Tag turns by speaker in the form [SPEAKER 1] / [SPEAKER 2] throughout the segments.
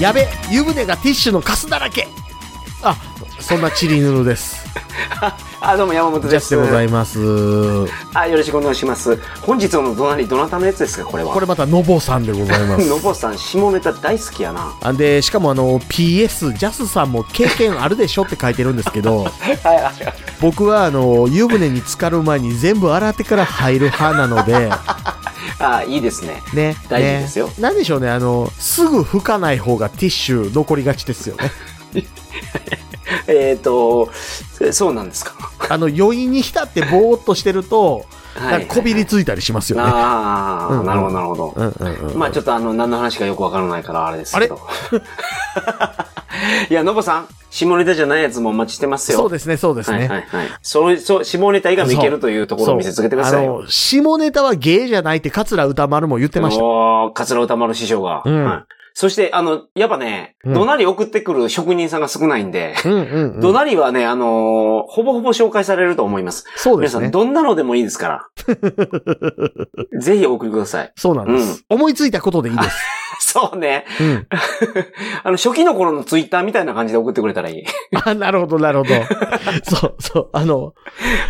[SPEAKER 1] やべ湯船がティッシュのカスだらけあそんなチリヌルです
[SPEAKER 2] あ、どうも山本
[SPEAKER 1] ジャ
[SPEAKER 2] で
[SPEAKER 1] ス
[SPEAKER 2] す。
[SPEAKER 1] でございます
[SPEAKER 2] あ、よろしくお願いします。本日の隣、どなたのやつですか、これは。
[SPEAKER 1] これまたのぼさんでござい ます
[SPEAKER 2] のぼさん、下ネタ大好きやな。
[SPEAKER 1] あでしかもあの PS ジャスさんも経験あるでしょって書いてるんですけど
[SPEAKER 2] はいはいはい。
[SPEAKER 1] 僕はあの湯船に浸かる前に全部洗ってから入る派なの で
[SPEAKER 2] あ、いいですね。
[SPEAKER 1] ね
[SPEAKER 2] 大事ですよ
[SPEAKER 1] ねなんでしょうねあのすぐ拭かない方がティッシュ残りがちですよ ね
[SPEAKER 2] えっ、と、そうなんですか。
[SPEAKER 1] あの余韻に浸ってぼーっとしてると
[SPEAKER 2] は
[SPEAKER 1] なんかこびりついたりしますよね
[SPEAKER 2] ああ、
[SPEAKER 1] うん
[SPEAKER 2] なるほど、なるほど。
[SPEAKER 1] うんうんうん
[SPEAKER 2] まあちょっとあの、何の話かよくわからないからあれですけど。 いや、のぼさん、下ネタじゃないやつもお待ちしてますよ。
[SPEAKER 1] そうですね、そうですね。
[SPEAKER 2] はいはいはい。そう、そう、下ネタ以外もいけるというところを見せつけてください
[SPEAKER 1] そうあ
[SPEAKER 2] よ。
[SPEAKER 1] の、下ネタは芸じゃないって桂歌丸も言ってました。
[SPEAKER 2] おー、桂歌丸師匠が。
[SPEAKER 1] うん
[SPEAKER 2] はい。そして、あの、やっぱね、
[SPEAKER 1] うん
[SPEAKER 2] 怒鳴り送ってくる職人さんが少ないんで、
[SPEAKER 1] うんうん、う
[SPEAKER 2] 怒
[SPEAKER 1] ん。
[SPEAKER 2] 鳴りはね、あのーほぼほぼ紹介されると思います。
[SPEAKER 1] そうで
[SPEAKER 2] 皆
[SPEAKER 1] す
[SPEAKER 2] さ
[SPEAKER 1] ね
[SPEAKER 2] ん、。どんなのでもいいで すから。ぜひお送りください。
[SPEAKER 1] そうなんです、思いついたことでいい です。
[SPEAKER 2] そうね。
[SPEAKER 1] うん。
[SPEAKER 2] あの、初期の頃のツイッターみたいな感じで送ってくれたらいい。
[SPEAKER 1] あ、なるほど、 なるほど。そう、そう。あの、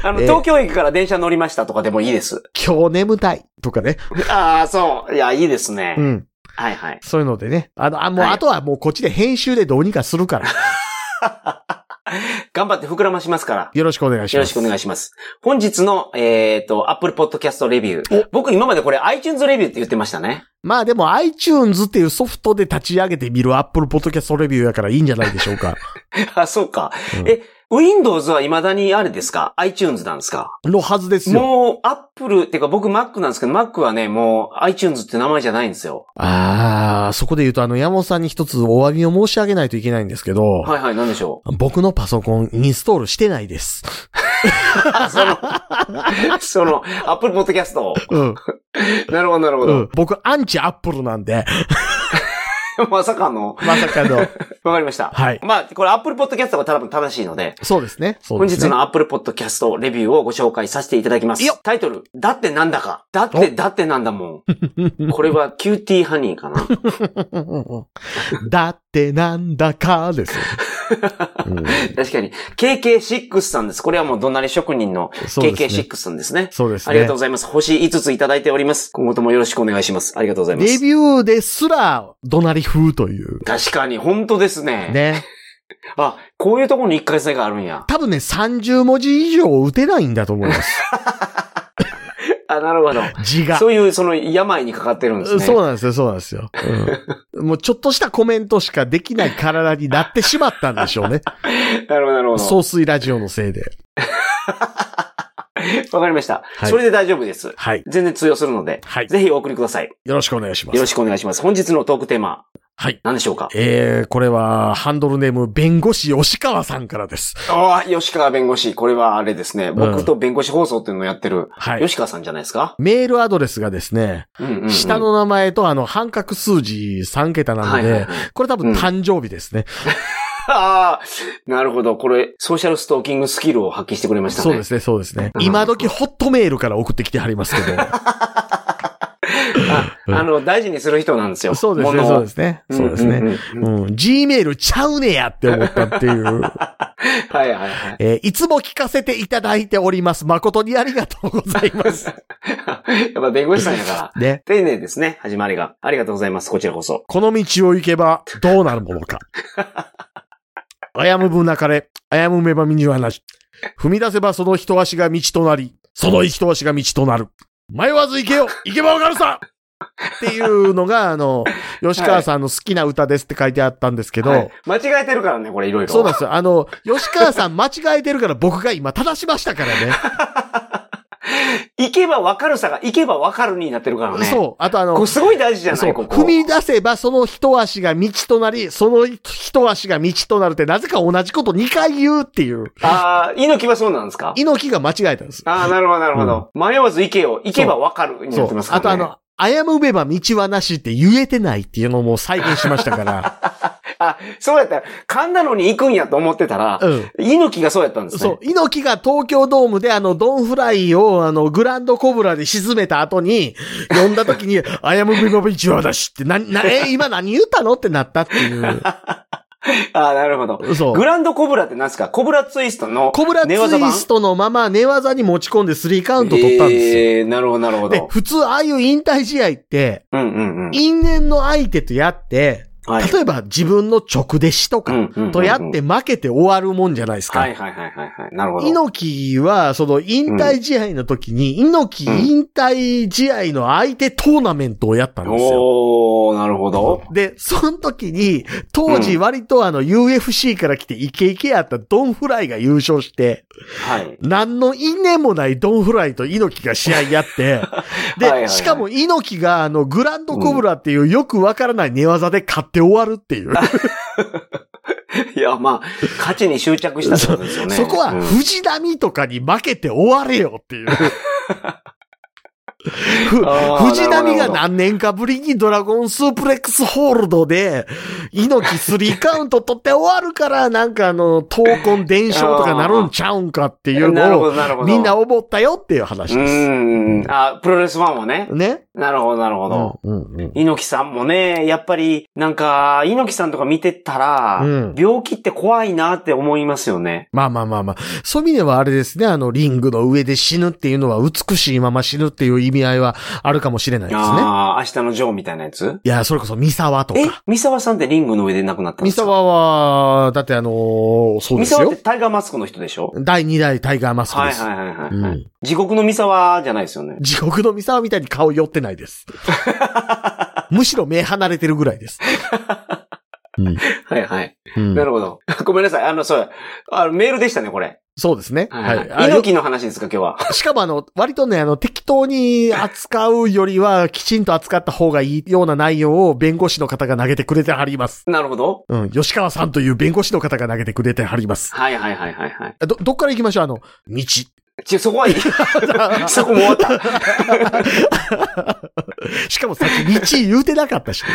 [SPEAKER 2] あの、
[SPEAKER 1] ええ
[SPEAKER 2] 東京駅から電車乗りましたとかでもいいです。
[SPEAKER 1] 今日眠たいとかね。
[SPEAKER 2] ああ、そう。いや、いいですね。
[SPEAKER 1] うん。
[SPEAKER 2] はいはい。
[SPEAKER 1] そういうのでね。あの、あ、もう、
[SPEAKER 2] はい
[SPEAKER 1] あとはもうこっちで編集でどうにかするから。
[SPEAKER 2] 頑張って膨らましますから。
[SPEAKER 1] よろしくお願いし
[SPEAKER 2] よ
[SPEAKER 1] ま
[SPEAKER 2] ろし
[SPEAKER 1] す。
[SPEAKER 2] くお願いします。本日の、えっ、と、Apple Podcast レビュー。僕今までこれ iTunes レビューって言ってましたね。
[SPEAKER 1] まあでも iTunes っていうソフトで立ち上げてみる Apple Podcast レビューやからいいんじゃないでしょうか。
[SPEAKER 2] あ、そうか。
[SPEAKER 1] うん
[SPEAKER 2] え、Windows は未だにあれですか ?iTunes なんですか
[SPEAKER 1] のはずですよ。
[SPEAKER 2] もう Apple っていうか僕 Mac なんですけど、Mac はね、もう iTunes って名前じゃないんですよ。
[SPEAKER 1] ああ、そこで言うとあの、山本さんに一つお詫びを申し上げないといけないんですけど。
[SPEAKER 2] はいはい、なんでし ょう。
[SPEAKER 1] 僕のパソコンインストールしてないです。
[SPEAKER 2] あ、その、その、Apple Podcast を。
[SPEAKER 1] うん。
[SPEAKER 2] なるほど、なるほど。
[SPEAKER 1] 僕、アンチアップルなんで、
[SPEAKER 2] まさかの、
[SPEAKER 1] まさかの。
[SPEAKER 2] わかりました。
[SPEAKER 1] はい
[SPEAKER 2] まあ、これ Apple Podcast が多分正しいので、
[SPEAKER 1] そうですね。そう
[SPEAKER 2] 本
[SPEAKER 1] です
[SPEAKER 2] 日
[SPEAKER 1] ね。
[SPEAKER 2] の Apple Podcast レビューをご紹介させていただきます
[SPEAKER 1] いいよ。
[SPEAKER 2] タイトル、だってなんだか。だって、だってなんだも ん。これはキューティーハニーかな。
[SPEAKER 1] の。だってなんだかです。うん
[SPEAKER 2] 確かに。KK6 さんです。これはもうどんなり職人の
[SPEAKER 1] そうですね。
[SPEAKER 2] KK6 さんですね。
[SPEAKER 1] そうですね。
[SPEAKER 2] ありがとうございます。星5ついただいております。今後ともよろしくお願いします。ありがとうございま
[SPEAKER 1] レ
[SPEAKER 2] す。
[SPEAKER 1] ビューですら、怒鳴り風という。
[SPEAKER 2] 確かに、本当ですね。
[SPEAKER 1] ね。
[SPEAKER 2] あ、こういうところに一回戦があるんや。
[SPEAKER 1] 多分ね、30文字以上打てないんだと思います。
[SPEAKER 2] あ、なるほど。
[SPEAKER 1] 字が。
[SPEAKER 2] そういう、その、病にかかってるんですね。
[SPEAKER 1] そうなんですよ、そうなんですよ。うんもうちょっとしたコメントしかできない体になってしまったんでし ょうね。
[SPEAKER 2] なるほど、なるほど。
[SPEAKER 1] 総水ラジオのせいで。
[SPEAKER 2] わかりました、
[SPEAKER 1] はい
[SPEAKER 2] それで大丈夫です。
[SPEAKER 1] はい。
[SPEAKER 2] 全然通用するので、
[SPEAKER 1] はい。
[SPEAKER 2] ぜひお送りください。
[SPEAKER 1] よろしくお願いします。
[SPEAKER 2] よろしくお願いします。本日のトークテーマ、
[SPEAKER 1] はい。
[SPEAKER 2] 何でしょうか
[SPEAKER 1] えー、これは、ハンドルネーム、弁護士吉川さんからです。
[SPEAKER 2] ああ、吉川弁護士。これはあれですね。僕と弁護士放送っていうのをやってる、
[SPEAKER 1] はい。
[SPEAKER 2] 吉川さんじゃないですか
[SPEAKER 1] メールアドレスがですね、
[SPEAKER 2] うんうんうん
[SPEAKER 1] 下の名前とあの、半角数字3桁な
[SPEAKER 2] は
[SPEAKER 1] の
[SPEAKER 2] いはいは
[SPEAKER 1] で
[SPEAKER 2] い、
[SPEAKER 1] これ多分誕生日ですね。
[SPEAKER 2] ああ、なるほど。これ、ソーシャルストーキングスキルを発揮してくれましたね。
[SPEAKER 1] そうですね、そうですね。
[SPEAKER 2] うん
[SPEAKER 1] 今時ホットメールから送ってきてはります けど。
[SPEAKER 2] あ、あの、大事にする人なんですよ。
[SPEAKER 1] そうですね、
[SPEAKER 2] 物を
[SPEAKER 1] そうですね。そうです
[SPEAKER 2] んん
[SPEAKER 1] ね。
[SPEAKER 2] んうん
[SPEAKER 1] うん、G メールちゃうねやって思ったっていう。
[SPEAKER 2] はいはい はい。
[SPEAKER 1] えーいつも聞かせていただいております。誠にありがとうございます。
[SPEAKER 2] やっぱ弁護士さんや から。
[SPEAKER 1] ね。
[SPEAKER 2] 丁寧ですね、始まりが。ありがとうございます。こちらこそ。
[SPEAKER 1] この道を行けばどうなるもの か。あやむぶなかれ、あやむめばみにはなし。踏み出せばその一足が道となり、その一足が道となる。迷わず行けよ行けばわかるさっていうのが、あの、吉川さんの好きな歌ですって書いてあったんですけど、
[SPEAKER 2] はい間違えてるからね、これいろいろ。
[SPEAKER 1] そうなんですよ。あの、吉川さん間違えてるから僕が今正しましたから ね。
[SPEAKER 2] 行けばわかるさが、行けばわかるになってるからね。う。
[SPEAKER 1] そう。あとあの
[SPEAKER 2] これ、すごい大事じゃな
[SPEAKER 1] そう
[SPEAKER 2] いここ。
[SPEAKER 1] 踏み出せばその一足が道となり、その一足が道となるってなぜか同じこと2回言うっていう。
[SPEAKER 2] ああ、猪木はそうなんですか
[SPEAKER 1] 猪木が間違えたんです。
[SPEAKER 2] ああ、なるほど、なるほど。迷わず行けよ。行けばわかるにな
[SPEAKER 1] そ
[SPEAKER 2] って
[SPEAKER 1] う
[SPEAKER 2] ます。から
[SPEAKER 1] あ
[SPEAKER 2] ね。
[SPEAKER 1] とあの、あやむべば道はなしって言えてないっていうのも再現しましたから。
[SPEAKER 2] あ、そうやった。神田のに行くんやと思ってたら、
[SPEAKER 1] うん。
[SPEAKER 2] 猪木がそうやったんですね。
[SPEAKER 1] そう。猪木が東京ドームであの、ドンフライをあの、グランドコブラで沈めた後に、呼んだ時 に、アヤムビバビチはだしって、な、な、え、今何言ったのってなったっていう。
[SPEAKER 2] ああ、なるほど。
[SPEAKER 1] そう
[SPEAKER 2] グ。ランドコブラって何ですかコブラツイストの
[SPEAKER 1] コブラツ
[SPEAKER 2] 寝技
[SPEAKER 1] イ
[SPEAKER 2] 版
[SPEAKER 1] ストのまま寝技に持ち込んで3カウント取ったんですよ。
[SPEAKER 2] ええなるほど、なるほ
[SPEAKER 1] で
[SPEAKER 2] ど、。
[SPEAKER 1] 普通ああいう引退試合って、
[SPEAKER 2] うんうんうん。
[SPEAKER 1] 因縁の相手とやって、
[SPEAKER 2] はい。
[SPEAKER 1] 例えば自分の直弟子と
[SPEAKER 2] う
[SPEAKER 1] か
[SPEAKER 2] んうんうんうん
[SPEAKER 1] とやって負けて終わるもんじゃないですか。
[SPEAKER 2] はいはいはいはいはい。なるほど。
[SPEAKER 1] 猪木は、その引退試合の時に、猪木引退試合の相手トーナメントをやったんですよ。
[SPEAKER 2] おー、なるほど。
[SPEAKER 1] で、その時に、当時割とあの UFC から来てイケイケやったドンフライが優勝して、
[SPEAKER 2] はい。
[SPEAKER 1] 何の因縁もないドンフライと猪木が試合や って、で、
[SPEAKER 2] はいはいはい
[SPEAKER 1] しかも猪木があのグランドコブラっていうよくわからない寝技で勝って終わるっていう。
[SPEAKER 2] いや、まあ、勝ちに執着したってことですよね。
[SPEAKER 1] そこは
[SPEAKER 2] うん
[SPEAKER 1] 藤波とかに負けて終われよっていう。ふ
[SPEAKER 2] あー
[SPEAKER 1] 藤波
[SPEAKER 2] な
[SPEAKER 1] が
[SPEAKER 2] るほど
[SPEAKER 1] 何年かぶりにドラゴンスープレックスホールドで、猪木スリーカウント取って終わるから、なんかあの、闘魂伝承とかなるんちゃうんかっていう
[SPEAKER 2] なる
[SPEAKER 1] の
[SPEAKER 2] ほ
[SPEAKER 1] を、
[SPEAKER 2] ど、なるほど。
[SPEAKER 1] みんな思ったよっていう話
[SPEAKER 2] う
[SPEAKER 1] です。
[SPEAKER 2] ん。あ、プロレスファンはね。
[SPEAKER 1] ね。
[SPEAKER 2] なるほど、なるほど。
[SPEAKER 1] うんうんうん
[SPEAKER 2] 猪木さんもね、やっぱり、なんか、猪木さんとか見てたら、
[SPEAKER 1] うん
[SPEAKER 2] 病気って怖いなって思いますよね。
[SPEAKER 1] まあまあまあまあ。そういう意味ではあれですね、あの、リングの上で死ぬっていうのは美しいまま死ぬっていう意味合いはあるかもしれないですね。
[SPEAKER 2] ああ、明日のジョーみたいなやつ
[SPEAKER 1] いや、それこそ三沢と
[SPEAKER 2] え
[SPEAKER 1] か。
[SPEAKER 2] 三沢さんってリングの上で亡くなったんで
[SPEAKER 1] 三
[SPEAKER 2] すか
[SPEAKER 1] 沢は、だってあのーそうで
[SPEAKER 2] 三
[SPEAKER 1] す
[SPEAKER 2] 沢っ
[SPEAKER 1] よ
[SPEAKER 2] て。タイガーマスクの人でしょ
[SPEAKER 1] 第2代タイガーマスク
[SPEAKER 2] は
[SPEAKER 1] で
[SPEAKER 2] い
[SPEAKER 1] す。
[SPEAKER 2] はいはいはい。
[SPEAKER 1] うん
[SPEAKER 2] 地獄の三沢じゃないですよね。
[SPEAKER 1] 地獄の三沢みたいに顔寄ってない です。むしろ目離れてるぐらいです。
[SPEAKER 2] はいはい。
[SPEAKER 1] うん
[SPEAKER 2] なるほど。 ごめんなさい。あの、そうやあの、メールでしたね、これ。
[SPEAKER 1] そうですね。
[SPEAKER 2] はい
[SPEAKER 1] はい
[SPEAKER 2] はい。
[SPEAKER 1] あよ
[SPEAKER 2] 猪。木の話ですか、今日は。
[SPEAKER 1] しかもあの、割とね、あの、適当に扱うよりは、きちんと扱った方がいいような内容を弁護士の方が投げてくれてはります。
[SPEAKER 2] なるほど。
[SPEAKER 1] うん、吉川さんという弁護士の方が投げてくれてはります。
[SPEAKER 2] はいはいはいはいはい。
[SPEAKER 1] ど、どっから行きましょうあの、道。
[SPEAKER 2] ちょ、そこ はいい。そこも終わった。
[SPEAKER 1] しかもさっき道言うてなかったし。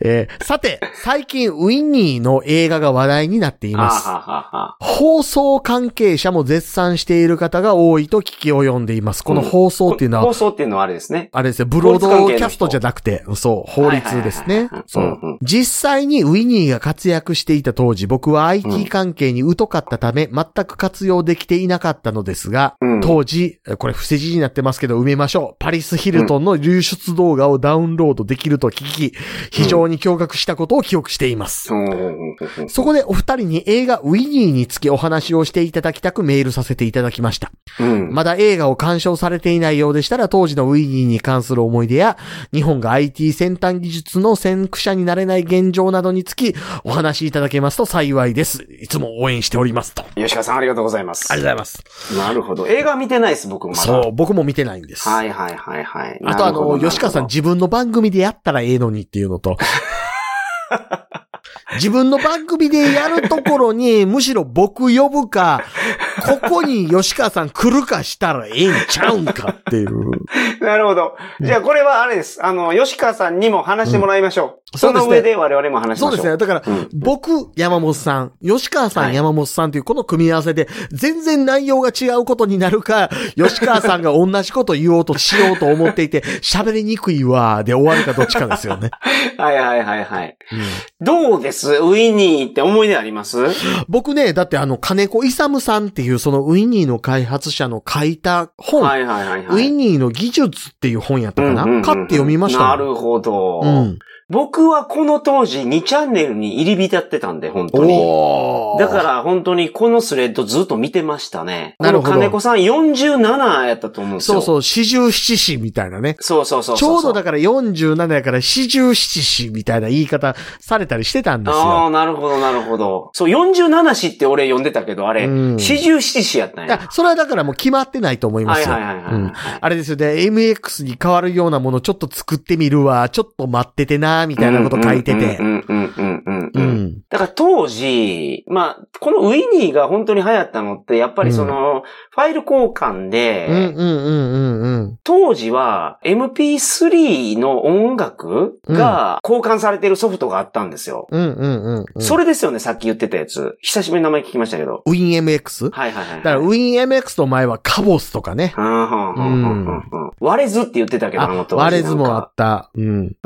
[SPEAKER 1] えーさて、最近ウィニーの映画が話題になってい
[SPEAKER 2] あは
[SPEAKER 1] ます。
[SPEAKER 2] はは
[SPEAKER 1] 放送関係者も絶賛している方が多いと聞き及んでいます。この放送っていうのは、
[SPEAKER 2] 放送っていうのはあれですね。
[SPEAKER 1] あれですね、ブロードキャストじゃなくて、そう、法律です
[SPEAKER 2] はい
[SPEAKER 1] ね
[SPEAKER 2] はいはいはい。
[SPEAKER 1] そ
[SPEAKER 2] うんう
[SPEAKER 1] う。実際にウィニーが活躍していた当時、僕は IT 関係に疎かったため、全く活用できていなかったのですが、
[SPEAKER 2] うん
[SPEAKER 1] 当時、これ不正字になってますけど埋めましょう。パリス・ヒルトンの流出動画をダウンロードできると聞き、非常に驚愕したことを記憶しています。
[SPEAKER 2] うんうんうんうん
[SPEAKER 1] そこでお二人に映画ウィニーにつきお話をしていただきたくメールさせていただきました。
[SPEAKER 2] うん。
[SPEAKER 1] まだ映画を鑑賞されていないようでしたら当時のウィニーに関する思い出や、日本が IT 先端技術の先駆者になれない現状などにつきお話しいただけますと幸いです。いつも応援しておりますと。あ
[SPEAKER 2] 吉川さんありがとうございます。
[SPEAKER 1] りがとうございます。
[SPEAKER 2] なるほど。映画見てないです、僕まだ。
[SPEAKER 1] そう、僕も見てないんです。
[SPEAKER 2] はいはいはいはい。
[SPEAKER 1] あとあの、吉川さん
[SPEAKER 2] じ
[SPEAKER 1] 自分の番組でやったらええのにっていうのと、自分の番組でやるところに、むしろ僕呼ぶか、ここに吉川さん来るかしたらええんちゃうんかっていう。
[SPEAKER 2] なるほど。じゃあこれはあれです。あの、吉川さんにも話してもらいましょう。
[SPEAKER 1] そ
[SPEAKER 2] そう
[SPEAKER 1] ですね
[SPEAKER 2] の上で我々も話し
[SPEAKER 1] そ
[SPEAKER 2] ま
[SPEAKER 1] う
[SPEAKER 2] しょ
[SPEAKER 1] で
[SPEAKER 2] う。
[SPEAKER 1] すね。だから、
[SPEAKER 2] うん
[SPEAKER 1] 僕、山本さん、吉川さん、
[SPEAKER 2] はい
[SPEAKER 1] 山本さんというこの組み合わせで、全然内容が違うことになるか、吉川さんが同じこと言おうとしようと思って いて、喋りにくいわーで終わるかどっちかですよね。
[SPEAKER 2] はいはいはいはい。
[SPEAKER 1] うん
[SPEAKER 2] どうですウィニーって思い出あります
[SPEAKER 1] 僕ね、だってあの、金子勇さんっていうそのウィニーの開発者の書いた本、
[SPEAKER 2] はいはいはいはい。
[SPEAKER 1] ウィニーの技術っていう本やったかな、
[SPEAKER 2] うんうんうん
[SPEAKER 1] 買って読みましたもん。
[SPEAKER 2] なるほど。
[SPEAKER 1] うん。
[SPEAKER 2] 僕はこの当時2チャンネルに入り浸ってたんで、本当に。
[SPEAKER 1] おー
[SPEAKER 2] だから本当にこのスレッドずっと見てましたね。
[SPEAKER 1] なるほど
[SPEAKER 2] この金子さん47やったと思うんです
[SPEAKER 1] そ
[SPEAKER 2] よ。
[SPEAKER 1] うそう、四十七士みたいなね。
[SPEAKER 2] そうそうそうそう。
[SPEAKER 1] ちょうどだから47やから四十七士みたいな言い方されたりしてたんです
[SPEAKER 2] あ
[SPEAKER 1] よ。
[SPEAKER 2] あ、なるほど、なるほど。そう、47詩って俺読んでたけど、あれ、
[SPEAKER 1] うん
[SPEAKER 2] 47詩やったん
[SPEAKER 1] い
[SPEAKER 2] や。
[SPEAKER 1] や、それはだからもう決まってないと思いま
[SPEAKER 2] は
[SPEAKER 1] す
[SPEAKER 2] い
[SPEAKER 1] よ。
[SPEAKER 2] はいはいはい。
[SPEAKER 1] うんあれですよね、MX に変わるようなものちょっと作ってみるわ、ちょっと待っててな、みたいなこと書いてて
[SPEAKER 2] う。んうんうんうんう
[SPEAKER 1] うん
[SPEAKER 2] うん。
[SPEAKER 1] ん。
[SPEAKER 2] だから当時、まあ、このウィニーが本当に流行ったのって、やっぱりその、ファイル交換で、
[SPEAKER 1] うんうんうんうんうん。
[SPEAKER 2] 当当時は MP3 の音楽が交換されてるソフトがあったんですよ。
[SPEAKER 1] うんうんうん、うん。
[SPEAKER 2] それですよね、さっき言ってたやつ。久しぶりに名前聞きましたけど。
[SPEAKER 1] WinMX?
[SPEAKER 2] はいはいは
[SPEAKER 1] だ
[SPEAKER 2] い。
[SPEAKER 1] から WinMX の前はカボスとかね。
[SPEAKER 2] うんうんうんうんうん割れずって言ってたけど、あの
[SPEAKER 1] あ、
[SPEAKER 2] 当時
[SPEAKER 1] 割れずもあった。うん。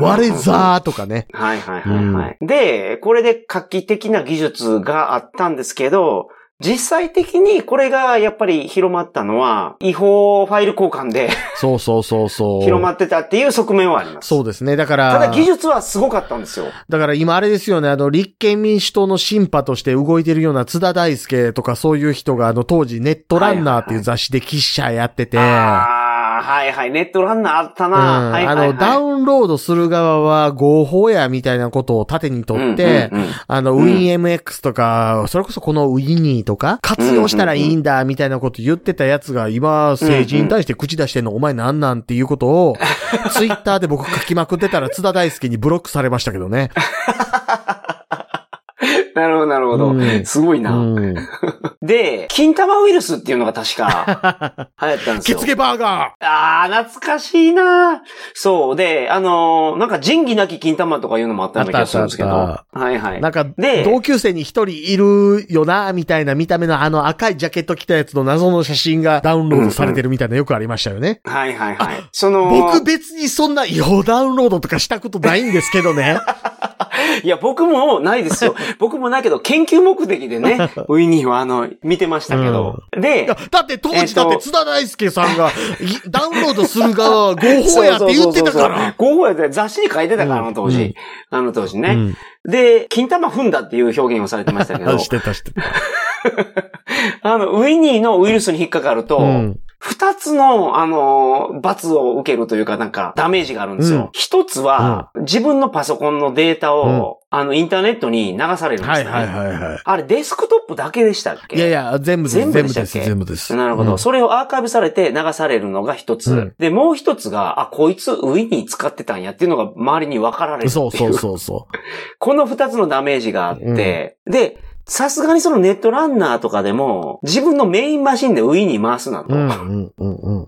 [SPEAKER 1] 割れ
[SPEAKER 2] ー
[SPEAKER 1] ざーとかね。
[SPEAKER 2] はいはいはいはい。で、これで画期的な技術があったんですけど、実際的にこれがやっぱり広まったのは、違法ファイル交換で
[SPEAKER 1] そうそうそうそう。
[SPEAKER 2] 広まってたっていう側面はあります。
[SPEAKER 1] そうですね。だから、
[SPEAKER 2] ただ技術はすごかったんですよ。
[SPEAKER 1] だから今あれですよね、あの、立憲民主党の審判として動いてるような津田大介とかそういう人が、あの、当時ネットランナーっていう雑誌で記者やってて、
[SPEAKER 2] ああ、はいはい。ネットランナーあった
[SPEAKER 1] うん
[SPEAKER 2] な。はいは
[SPEAKER 1] あ
[SPEAKER 2] いはい、
[SPEAKER 1] の、ダウンロードする側は合法やみたいなことを盾にとって、
[SPEAKER 2] うんうんうん
[SPEAKER 1] あの、
[SPEAKER 2] うん
[SPEAKER 1] WinMX とか、それこそこの Winnie とか、活用したらいいんだみたいなこと言ってたやつが、今、政治に対して口出してんの、お前なんなんっていうこと を、ツイッターで僕書きまくってたら津田大介にブロックされましたけどね。
[SPEAKER 2] なるほど、なるほど。
[SPEAKER 1] うん
[SPEAKER 2] すごいな、
[SPEAKER 1] うん
[SPEAKER 2] で、金玉ウイルスっていうのが確か 流行ったんです
[SPEAKER 1] ケ
[SPEAKER 2] よ
[SPEAKER 1] ツ。ゲバーガ
[SPEAKER 2] ああ、懐かしいなそう。で、あのーなんか仁義なき金玉とかいうのもあったような気がするんですけど。
[SPEAKER 1] あったあっ
[SPEAKER 2] はいは
[SPEAKER 1] ー
[SPEAKER 2] い
[SPEAKER 1] な。んか、
[SPEAKER 2] で
[SPEAKER 1] 同級生に一人いるよな、みたいな見た目のあの赤いジャケット着たやつの謎の写真がダウンロードされてるみたいなよくありましたよね。
[SPEAKER 2] はいはいはい。その、
[SPEAKER 1] 僕別にそんな違法ダウンロードとかしたことないんですけどね。
[SPEAKER 2] いや、僕もないですよ。僕もないけど、研究目的 でね、ウィニーはあの、見てましたけど。
[SPEAKER 1] い
[SPEAKER 2] で
[SPEAKER 1] や、だって当
[SPEAKER 2] えっ
[SPEAKER 1] 時
[SPEAKER 2] と
[SPEAKER 1] だって津田大介さん がいダウンロードする側は合法やって言ってたから。。
[SPEAKER 2] 合法やって雑誌に書いてたから、あの当
[SPEAKER 1] う
[SPEAKER 2] 時
[SPEAKER 1] ん。
[SPEAKER 2] あの当時ね。で、金玉踏んだっていう表現をされてましたけど
[SPEAKER 1] あ、してたしてた。
[SPEAKER 2] あの、ウィニーのウイルスに引っかかると、
[SPEAKER 1] うん
[SPEAKER 2] 二つの、あのー罰を受けるというか、なんか、ダメージがあるんです
[SPEAKER 1] う
[SPEAKER 2] よ
[SPEAKER 1] ん。
[SPEAKER 2] 一、つは、自分のパソコンのデータを、あの、インターネットに流されるんで
[SPEAKER 1] は
[SPEAKER 2] す
[SPEAKER 1] い
[SPEAKER 2] よ、ね。
[SPEAKER 1] はいはいは
[SPEAKER 2] あれ、デスクトップだけでしたっけ
[SPEAKER 1] い。いやいや、全部で
[SPEAKER 2] 全
[SPEAKER 1] す。
[SPEAKER 2] 部
[SPEAKER 1] 全
[SPEAKER 2] で
[SPEAKER 1] 部
[SPEAKER 2] した
[SPEAKER 1] で
[SPEAKER 2] っけ
[SPEAKER 1] す。全部です。
[SPEAKER 2] なるほど、
[SPEAKER 1] うん
[SPEAKER 2] それをアーカイブされて流されるのが一つ、
[SPEAKER 1] うん
[SPEAKER 2] で、もう一つが、あ、こいつウィニー使ってたんやっていうのが周りに分かられるっていう。
[SPEAKER 1] そうそうそうそう。
[SPEAKER 2] この二つのダメージがあって、で、さすがにそのネットランナーとかでも、自分のメインマシンでウィニー回すなと。
[SPEAKER 1] うんうんうん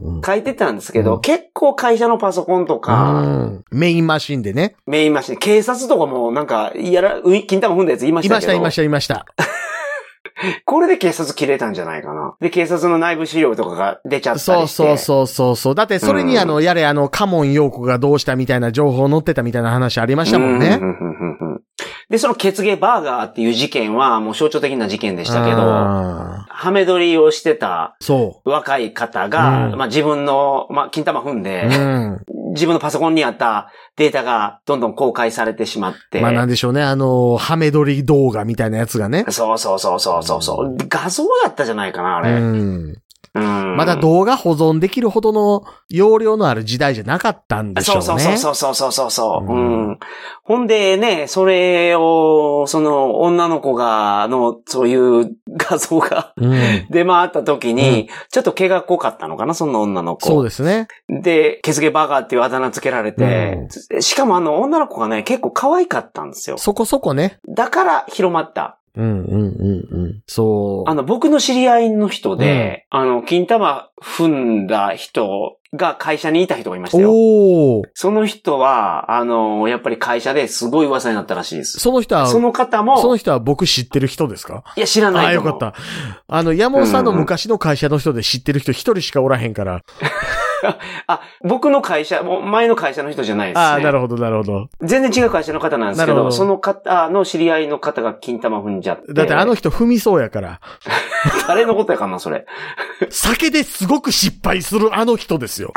[SPEAKER 1] うんうん。
[SPEAKER 2] 書いてたんですけど、
[SPEAKER 1] うん
[SPEAKER 2] 結構会社のパソコンとか、
[SPEAKER 1] うんメインマシンでね。
[SPEAKER 2] メインマシン、警察とかもなんか、やら、うい金玉踏んだやついま
[SPEAKER 1] い
[SPEAKER 2] した
[SPEAKER 1] ま
[SPEAKER 2] け
[SPEAKER 1] し
[SPEAKER 2] ど。
[SPEAKER 1] た、いました、いました。
[SPEAKER 2] これで警察切れたんじゃないかな。で、警察の内部資料とかが出ちゃったりして。
[SPEAKER 1] そうそうそうそうそう。だって、それにあの、やれ、あの、カモン陽子がどうしたみたいな情報載ってたみたいな話ありましたもんね
[SPEAKER 2] う。んうんうんうんうんで、その血芸バーガーっていう事件はもう象徴的な事件でしたけど、
[SPEAKER 1] あ
[SPEAKER 2] ハメ撮りをしてた
[SPEAKER 1] ーそ
[SPEAKER 2] 若い方が、
[SPEAKER 1] うん
[SPEAKER 2] まあ自分の、まあ金玉踏ん
[SPEAKER 1] う。う
[SPEAKER 2] で、
[SPEAKER 1] ん。
[SPEAKER 2] 自分のパソコンにあったデータがどんどん公開されてしまって、
[SPEAKER 1] まあなんでしょうね、あの、ハメ撮り動画みたいなやつがね。
[SPEAKER 2] そうそうそうそうそうそう。画像やったじゃないかな、あ
[SPEAKER 1] う
[SPEAKER 2] れ。うん
[SPEAKER 1] ん。まだ動画保存できるほどの容量のある時代じゃなかったんでしょう
[SPEAKER 2] そう
[SPEAKER 1] ね。
[SPEAKER 2] そうそうそうそうそうそうそう、う
[SPEAKER 1] うんん。
[SPEAKER 2] ほんでね、それを、その女の子が、の、そういう画像が
[SPEAKER 1] うん。
[SPEAKER 2] 出回った時に、ちょっと毛が濃かったのかな、その女の子。
[SPEAKER 1] そうですね。
[SPEAKER 2] で、ケツゲバーガーっていうあだ名つけられて、しかもあの女の子がね、結構可愛かったんですよ。
[SPEAKER 1] そこそこね。
[SPEAKER 2] だから広まった。
[SPEAKER 1] うんうんうんうん。そう。
[SPEAKER 2] あの、僕の知り合いの人で、あの、金玉踏んだ人が会社にいた人がいましたよ。
[SPEAKER 1] おー。
[SPEAKER 2] その人は、あの、やっぱり会社ですごい噂になったらしいです。
[SPEAKER 1] その人は、
[SPEAKER 2] その方
[SPEAKER 1] そ
[SPEAKER 2] も
[SPEAKER 1] の、人は僕知ってる人ですか
[SPEAKER 2] いや、知ら
[SPEAKER 1] あ
[SPEAKER 2] ない
[SPEAKER 1] あ、よかっ。た。あの、山本さんの昔の会社の人で知ってる人一人しかおらへんから。
[SPEAKER 2] あ、僕の会社、もう前の会社の人じゃないです、ね。
[SPEAKER 1] ああ、なるほど、なるほど。
[SPEAKER 2] 全然違う会社の方なんですけ
[SPEAKER 1] なるほ
[SPEAKER 2] ど、
[SPEAKER 1] ど
[SPEAKER 2] その方の知り合いの方が金玉踏んじゃって。
[SPEAKER 1] だってあの、人踏みそうやから。
[SPEAKER 2] 誰のことやかな、 それ。
[SPEAKER 1] 酒ですごく失敗するあの人ですよ。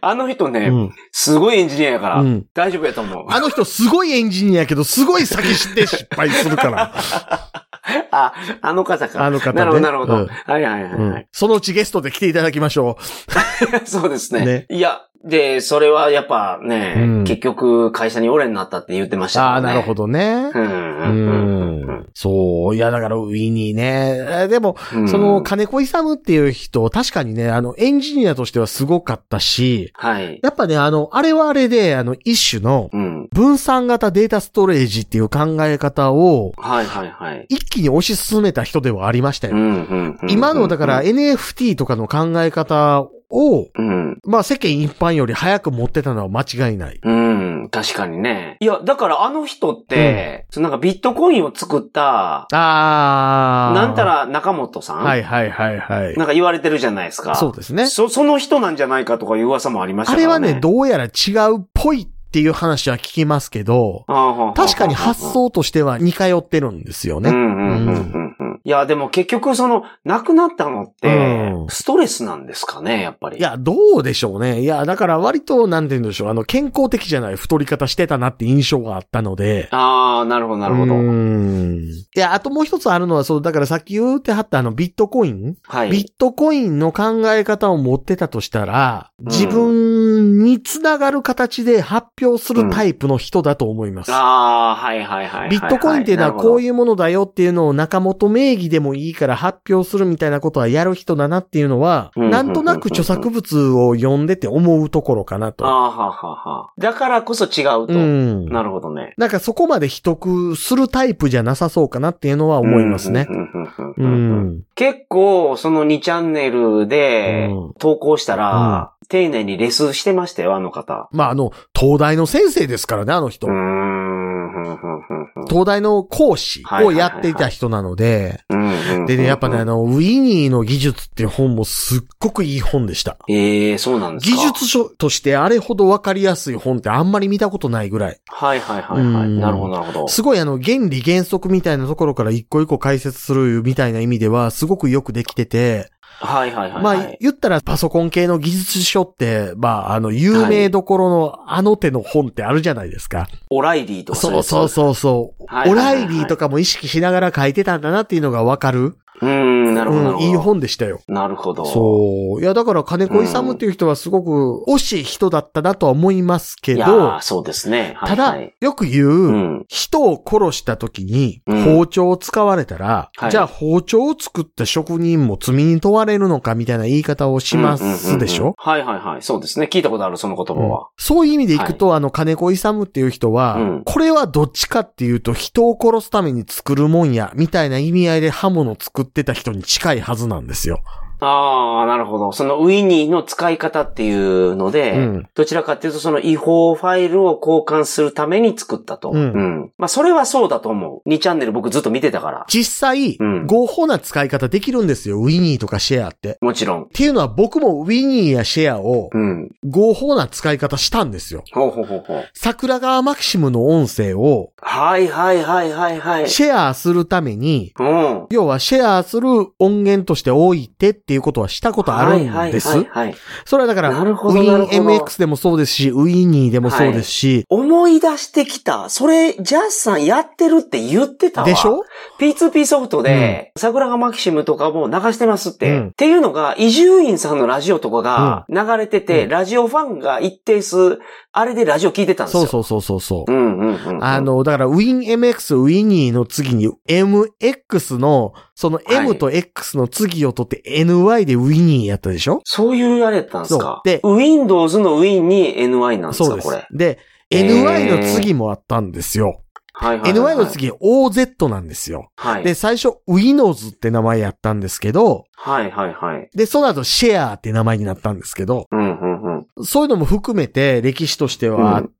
[SPEAKER 2] あの人ね、
[SPEAKER 1] うん
[SPEAKER 2] すごいエンジニアやから、
[SPEAKER 1] うん
[SPEAKER 2] 大丈夫やと思う。
[SPEAKER 1] あの人すごいエンジニアやけど、すごい酒して失敗するから。
[SPEAKER 2] あ、あの方か。
[SPEAKER 1] あの方ね
[SPEAKER 2] なるほど、なるほど。
[SPEAKER 1] うん
[SPEAKER 2] はいはいはい、はい。
[SPEAKER 1] うんそのうちゲストで来ていただきましょ
[SPEAKER 2] そうですね。
[SPEAKER 1] ね
[SPEAKER 2] いや、で、それはやっぱね、
[SPEAKER 1] うん
[SPEAKER 2] 結局会社にオレになったって言ってまし
[SPEAKER 1] う。
[SPEAKER 2] た
[SPEAKER 1] あ
[SPEAKER 2] か
[SPEAKER 1] あ、
[SPEAKER 2] ら
[SPEAKER 1] な
[SPEAKER 2] ね。
[SPEAKER 1] るほどね
[SPEAKER 2] う。ん。
[SPEAKER 1] う
[SPEAKER 2] うんうん
[SPEAKER 1] ん。そう。いや、だから、ウィニーね。えでも、
[SPEAKER 2] うん
[SPEAKER 1] その、金子勇っていう人、確かにね、あの、エンジニアとしてはすごかったし、
[SPEAKER 2] はい。
[SPEAKER 1] やっぱね、あの、あれはあれで、あの、一種の、
[SPEAKER 2] うん。
[SPEAKER 1] 分散型データストレージっていう考え方を
[SPEAKER 2] はいはいはい。
[SPEAKER 1] 一気に推し進めた人ではありました
[SPEAKER 2] う
[SPEAKER 1] よ。
[SPEAKER 2] んうんうん
[SPEAKER 1] 今のだから NFT とかの考え方を、
[SPEAKER 2] うん。
[SPEAKER 1] まあ世間一般より早く持ってたのは間違いない。
[SPEAKER 2] うん、確かにね。いや、だからあの人って、そのなんかビットコインを作った、
[SPEAKER 1] あー。
[SPEAKER 2] なんたら中本さん、
[SPEAKER 1] はいはいはいはい。
[SPEAKER 2] なんか言われてるじゃないですか。
[SPEAKER 1] そうですね。
[SPEAKER 2] そ、その人なんじゃないかとかいう噂もありました
[SPEAKER 1] あ
[SPEAKER 2] から
[SPEAKER 1] れ
[SPEAKER 2] ね。
[SPEAKER 1] はね、どうやら違うっぽいっていう話は聞きますけど、
[SPEAKER 2] ああはあはあ
[SPEAKER 1] 確かに発想としては似通ってるんですよ
[SPEAKER 2] う
[SPEAKER 1] ね。
[SPEAKER 2] んうんうんうんうん。いや、でも結局その、亡くなったのって
[SPEAKER 1] う、ん
[SPEAKER 2] ストレスなんですかね、やっぱり。
[SPEAKER 1] いや、どうでしょうね。いや、だから割と、なんて言うんでしょう。あの、健康的じゃない太り方してたなって印象があったので。
[SPEAKER 2] ああ、なるほど、なるほ
[SPEAKER 1] う
[SPEAKER 2] ど。
[SPEAKER 1] ーんいや、あともう一つあるのは、そう、だからさっき言ってはったあの、ビットコイン
[SPEAKER 2] は
[SPEAKER 1] ビ
[SPEAKER 2] い。
[SPEAKER 1] ットコインの考え方を持ってたとしたら、
[SPEAKER 2] ん
[SPEAKER 1] 自分につながる形で発表するタイプの人だと思います。
[SPEAKER 2] ああ、はいはいはいはい。
[SPEAKER 1] ビットコインっていうのはこう
[SPEAKER 2] いう。
[SPEAKER 1] いうものだよっていうのを中本名義でもいいから発表するみたいなことはやる人だなっていうのは、
[SPEAKER 2] うん
[SPEAKER 1] なんとなく著作物を読んでて思うところかな
[SPEAKER 2] あ
[SPEAKER 1] と。
[SPEAKER 2] あ、はあはあはあ。だからこそ違うと。
[SPEAKER 1] うん。
[SPEAKER 2] なるほどね。
[SPEAKER 1] なんかそこまで秘匿するタイプじゃなさそうかなっていうのは思いますね
[SPEAKER 2] う。んうんう
[SPEAKER 1] うん
[SPEAKER 2] うんうん。
[SPEAKER 1] ん。
[SPEAKER 2] 結構、その2チャンネルで
[SPEAKER 1] うん
[SPEAKER 2] 投稿したら、丁寧にレスしてましたよ、あの方。
[SPEAKER 1] まあ、あの、東大の先生ですからね、あの人
[SPEAKER 2] うー。ん。ふんふんふんふん
[SPEAKER 1] 東大の講師をやっていた人なので、
[SPEAKER 2] うんうん
[SPEAKER 1] でね、やっぱね、あ、の、ウィニーの技術っていう本もすっごくいい本でした。
[SPEAKER 2] ええそうなんです
[SPEAKER 1] 技
[SPEAKER 2] か。
[SPEAKER 1] 術書としてあれほどわかりやすい本ってあんまり見たことないぐらい。
[SPEAKER 2] はいはいはいは
[SPEAKER 1] う
[SPEAKER 2] い。
[SPEAKER 1] ん
[SPEAKER 2] なるほどなるほど。
[SPEAKER 1] すごいあの、原理原則みたいなところから一個一個解説するみたいな意味では、すごくよくできてて、
[SPEAKER 2] はいはいはい
[SPEAKER 1] ま
[SPEAKER 2] はい。
[SPEAKER 1] あ、言ったらパソコン系の技術書って、まあ、あの、有名どころのあの手の本ってあるじゃないですか。
[SPEAKER 2] オライリーとか
[SPEAKER 1] そうそうそうそう。
[SPEAKER 2] はい
[SPEAKER 1] オ
[SPEAKER 2] はい
[SPEAKER 1] ラ
[SPEAKER 2] はいはい
[SPEAKER 1] イリーとかも意識しながら書いてたんだなっていうのがわかる。
[SPEAKER 2] う。うーん、なるほどな
[SPEAKER 1] う
[SPEAKER 2] る
[SPEAKER 1] ん、いい
[SPEAKER 2] ほど。
[SPEAKER 1] 本でしたよ。
[SPEAKER 2] なるほど。
[SPEAKER 1] そう。いや、だから金子勇っていう人はすごく惜しい人だったなとは思いますけ
[SPEAKER 2] い
[SPEAKER 1] ど、
[SPEAKER 2] やーそうですね。はい
[SPEAKER 1] ただ、
[SPEAKER 2] はい
[SPEAKER 1] よく言う、
[SPEAKER 2] うん。
[SPEAKER 1] 人を殺した時に
[SPEAKER 2] うん
[SPEAKER 1] 包丁を使われたら、
[SPEAKER 2] はい
[SPEAKER 1] じゃあ包丁を作った職人も罪に問われるのかみたいな言い方をしますでしょ、
[SPEAKER 2] うんうんうんうんはいはいはい。そうですね。聞いたことある、その言葉
[SPEAKER 1] うん
[SPEAKER 2] は。
[SPEAKER 1] そういう意味でいくと、あの、金子勇っていう人は、
[SPEAKER 2] うん
[SPEAKER 1] これはどっちかっていうと、人を殺すために作るもんや、みたいな意味合いで刃物を作ってた人に近いはずなんですよ。
[SPEAKER 2] ああ、なるほど。そのウィニーの使い方っていうので、
[SPEAKER 1] うん
[SPEAKER 2] どちらかっていうとその違法ファイルを交換するために作ったと。
[SPEAKER 1] うん
[SPEAKER 2] まあそれはそうだと思う。2チャンネル僕ずっと見てたから。
[SPEAKER 1] 実際、
[SPEAKER 2] うん
[SPEAKER 1] 合法な使い方できるんですよ、ウィニーとかシェアって。
[SPEAKER 2] もちろん
[SPEAKER 1] っ。ていうのは僕もウィニーやシェアを
[SPEAKER 2] うん。
[SPEAKER 1] 合法な使い方したんですよ。
[SPEAKER 2] ほうほうほうほう。
[SPEAKER 1] 桜川マキシムの音声を
[SPEAKER 2] はいはいはいはいはい。
[SPEAKER 1] シェアするために、
[SPEAKER 2] うん。
[SPEAKER 1] 要はシェアする音源として置いてっていうことはしたことある
[SPEAKER 2] はい
[SPEAKER 1] ん
[SPEAKER 2] は
[SPEAKER 1] で
[SPEAKER 2] いは
[SPEAKER 1] す
[SPEAKER 2] い。はい。
[SPEAKER 1] それはだから、ウ
[SPEAKER 2] なるほどなる
[SPEAKER 1] ィ
[SPEAKER 2] ほど
[SPEAKER 1] ン MX でもそうですし、ウィニーでもそうですし、
[SPEAKER 2] 思い出してきた。それ、ジャスさんやってるって言ってたわ。
[SPEAKER 1] でしょ
[SPEAKER 2] P2P ソフトで、桜川マキシムとかも流してますって。
[SPEAKER 1] うん
[SPEAKER 2] っていうのが、伊集院さんのラジオとかが流れてて、
[SPEAKER 1] うん
[SPEAKER 2] ラジオファンが一定数、あれでラジオ聞いてたんですよ。
[SPEAKER 1] そうそうそうそうそう。
[SPEAKER 2] う。うんうんうん、うん。
[SPEAKER 1] あ、の、だから、ウィン MX、ウィニーの次に MX の、その M と X の次を取って NY でウィニーやったでしょ
[SPEAKER 2] そういうあれやったんです
[SPEAKER 1] そう
[SPEAKER 2] か
[SPEAKER 1] で
[SPEAKER 2] Windows の Win に NY なんです
[SPEAKER 1] そう
[SPEAKER 2] か
[SPEAKER 1] で
[SPEAKER 2] これ
[SPEAKER 1] す。。で、
[SPEAKER 2] へー
[SPEAKER 1] NY の次もあったんですよ。
[SPEAKER 2] はいはいはい、はい。
[SPEAKER 1] NY の次 OZ なんですよ。
[SPEAKER 2] はい。
[SPEAKER 1] で、最初 Windows って名前やったんですけど、
[SPEAKER 2] はいはいはい。
[SPEAKER 1] で、その後シェアって名前になったんですけど、
[SPEAKER 2] うんうんうん。
[SPEAKER 1] そういうのも含めて歴史としてはあって、
[SPEAKER 2] うん